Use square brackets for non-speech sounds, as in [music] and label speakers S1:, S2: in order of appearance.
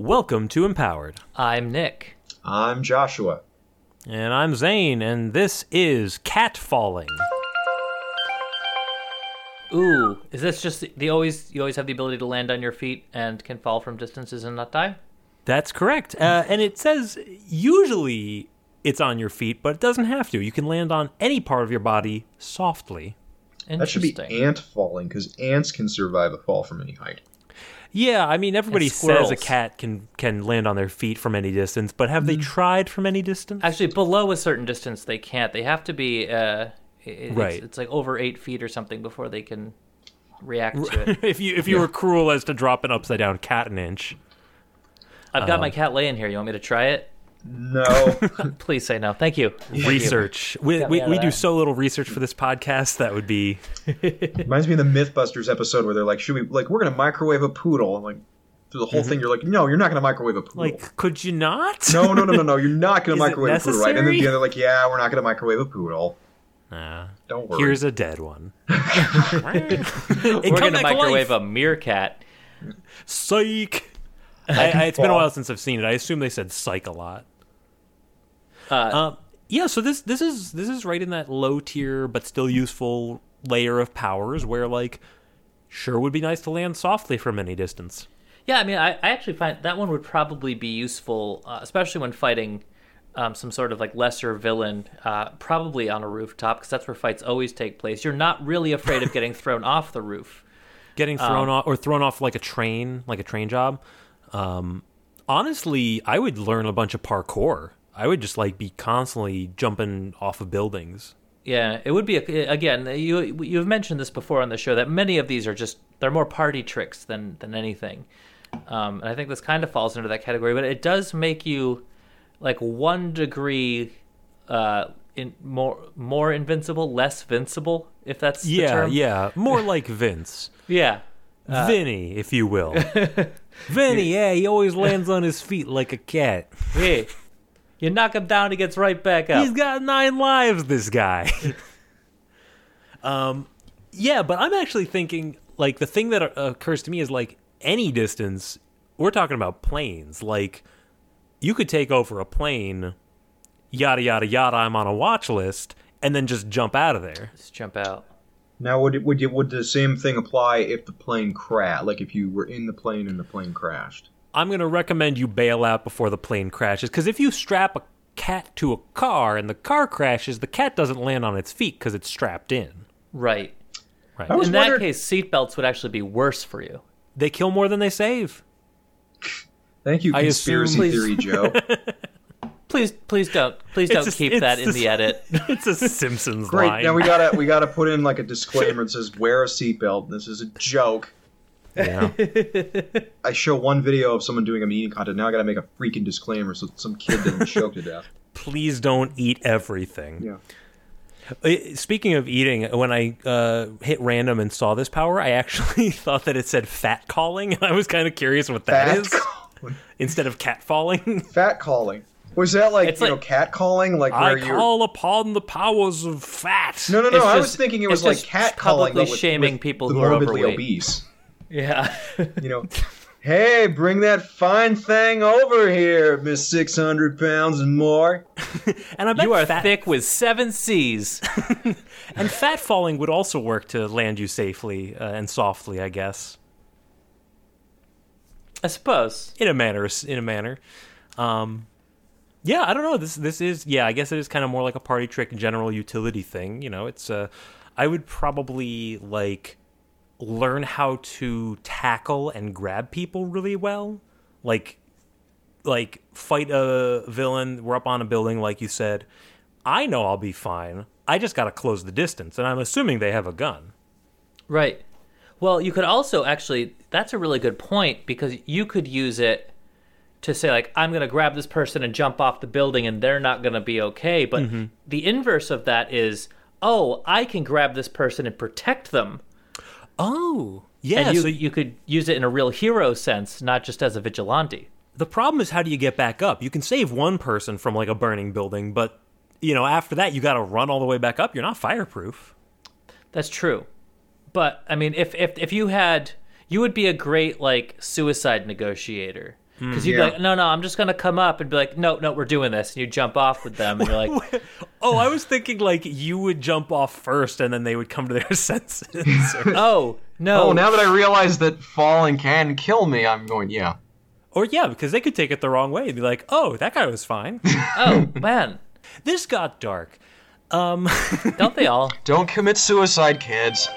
S1: Welcome to Empowered.
S2: I'm Nick.
S3: I'm Joshua.
S1: And I'm Zane, and this is Catfalling.
S2: Ooh, is this just the, the always you always have the ability to land on your feet and can fall from distances and not die?
S1: That's correct. Uh, and it says usually it's on your feet, but it doesn't have to. You can land on any part of your body softly.
S2: Interesting.
S3: That should be ant falling because ants can survive a fall from any height.
S1: Yeah, I mean everybody says a
S2: squirrels.
S1: cat can can land on their feet from any distance, but have they tried from any distance?
S2: Actually, below a certain distance, they can't. They have to be uh, i- it's,
S1: Right.
S2: It's like over eight feet or something before they can react to it.
S1: [laughs] if you if you were cruel as to drop an upside down cat an inch.
S2: I've got my cat laying here. You want me to try it?
S1: [laughs]
S3: No,
S2: Please say no. Thank you.
S1: Research. We,
S2: Got me
S1: we,
S2: out of
S1: we do
S2: that.
S1: so little research for this podcast that would be
S3: reminds me of the MythBusters episode where they're like, "Should we like we're gonna microwave a poodle?" And like through the whole thing, you're like, "No, you're not gonna microwave a poodle."
S1: Mm-hmm. like could you not?
S3: no, no, no, no, no, you're not gonna
S1: [laughs] Is it
S3: microwave a poodle, right? And
S1: necessary?
S3: then at the end, they're like, "Yeah, we're not gonna microwave a poodle."
S1: Nah.
S3: Don't worry.
S1: Here's a dead one.
S2: We're going to microwave a meerkat.
S1: psych. I, I, it's been a
S3: fall.
S1: while since I've seen it. I assume they said psych a lot.
S2: Uh,
S1: Um, yeah, so this this is this is right in that low tier but still useful layer of powers where like sure would be nice to land softly from any distance.
S2: Yeah, I mean, I, I actually find that one would probably be useful, uh, especially when fighting um, some sort of like lesser villain, uh, probably on a rooftop, because that's where fights always take place. You're not really afraid of
S1: [laughs]
S2: getting thrown off the roof.
S1: Getting
S2: Um,
S1: thrown off or thrown off like a train, like a train job. Um, honestly, I would learn a bunch of parkour. I would just like be constantly jumping off of buildings.
S2: Yeah, it would be a, again. You you've mentioned this before on the show that many of these are just they're more party tricks than than anything, um, and I think this kind of falls into that category. But it does make you like one degree uh, in more more invincible, less vincible, if that's the
S1: Yeah,
S2: term. Uh,
S1: yeah, more like Vince.
S2: [laughs] Yeah.
S1: Vinny, if you
S2: [laughs]
S1: will. Vinny, yeah, he always lands on his feet like a
S2: [laughs]
S1: cat.
S2: Hey, you knock him down, he gets right back up.
S1: He's got nine lives, this
S2: [laughs]
S1: guy. um, yeah, but I'm actually thinking like the thing that o- occurs to me is like any distance. We're talking about planes. Like you could take over a plane, yada yada yada. I'm on a watch list, and then just jump out of there.
S2: Let's jump out.
S3: now, would it, would you, would the same thing apply if the plane crashed? Like if you were in the plane and the plane crashed?
S1: I'm going to recommend you bail out before the plane crashes because if you strap a cat to a car and the car crashes, the cat doesn't land on its feet because it's strapped in.
S2: Right.
S3: I was
S2: In that
S3: wondering-
S2: case, seatbelts would actually be worse for you.
S1: They kill more than they save.
S3: Thank you,
S1: I assume-
S3: conspiracy
S2: Please.
S3: theory,
S1: [laughs]
S3: Joe.
S2: Please, please don't, please
S1: It's
S2: don't
S1: just-
S2: keep
S1: it's
S2: that in
S1: just-
S2: the edit.
S1: [laughs] It's a Simpsons
S3: Great.
S1: line.
S3: Now we gotta we gotta put in
S2: [laughs]
S3: like a disclaimer that says wear a seatbelt. This is a joke.
S1: Yeah.
S3: [laughs] I show one video of someone doing a meeting content. Now I gotta make a freaking disclaimer so that some
S2: [laughs]
S3: kid doesn't choke to death.
S1: Please don't eat everything.
S3: Yeah.
S1: Uh, Speaking of eating, when I uh, hit random and saw this power, I actually [laughs] thought that it said fat calling, and I was kind of curious what that
S3: Fat
S1: is
S3: calling.
S1: instead of cat falling.
S3: Fat calling. Was that like
S2: It's
S3: you
S2: like-
S3: know cat calling? Like
S1: I
S3: where you? No,
S1: call upon the powers of fat.
S3: no, no.
S2: It's
S3: I was
S2: just-
S3: thinking it was
S2: it's
S3: like
S2: just
S3: cat calling,
S2: publicly
S3: but with,
S2: shaming
S3: with
S2: people
S3: the
S2: who are
S3: morbidly
S2: overweight.
S3: obese.
S2: [laughs] [laughs] Yeah.
S3: You know. Hey, bring that fine thing over here, Miss 600 pounds and more.
S1: And I bet
S2: you are
S1: fat
S2: thick with seven C's.
S1: And fat falling would also work to land you safely uh, and softly, I guess,
S2: I suppose.
S1: in a manner. In a manner, um, yeah. I don't know. This this is yeah. I guess it is kind of more like a party trick, general utility thing. You know, it's uh, I would probably like learn how to tackle and grab people really well, like like fight a villain. We're up on a building, like you said. I know I'll be fine. I just got to close the distance, and I'm assuming they have a gun.
S2: Right. Well, you could also actually, that's a really good point because you could use it to say, like, I'm going to grab this person and jump off the building and they're not going to be okay. But the inverse of that is, oh, I can grab this person and protect them.
S1: Oh, yeah.
S2: and you,
S1: so
S2: you could use it in a real hero sense, not just as a vigilante.
S1: the problem is how do you get back up? You can save one person from like a burning building, but you know, after that you got to run all the way back up. You're not fireproof.
S2: That's true. But I mean, if if if you had, you would be a great like suicide negotiator. because you'd
S4: Yeah.
S2: be like, no, no, I'm just gonna come up and be like, no, no, we're doing this, and you jump off with them, and you're [laughs] like,
S1: [laughs] oh, I was thinking like you would jump off first, and then they would come to their [laughs] senses, or,
S2: oh no,
S3: Oh, now that I realize that falling can kill me, I'm going, yeah.
S1: [laughs] or yeah, because they could take it the wrong way and be like, "Oh, that guy was fine."
S2: oh man,
S1: this got dark. Um,
S2: don't they all? [laughs]
S3: Don't commit suicide, kids.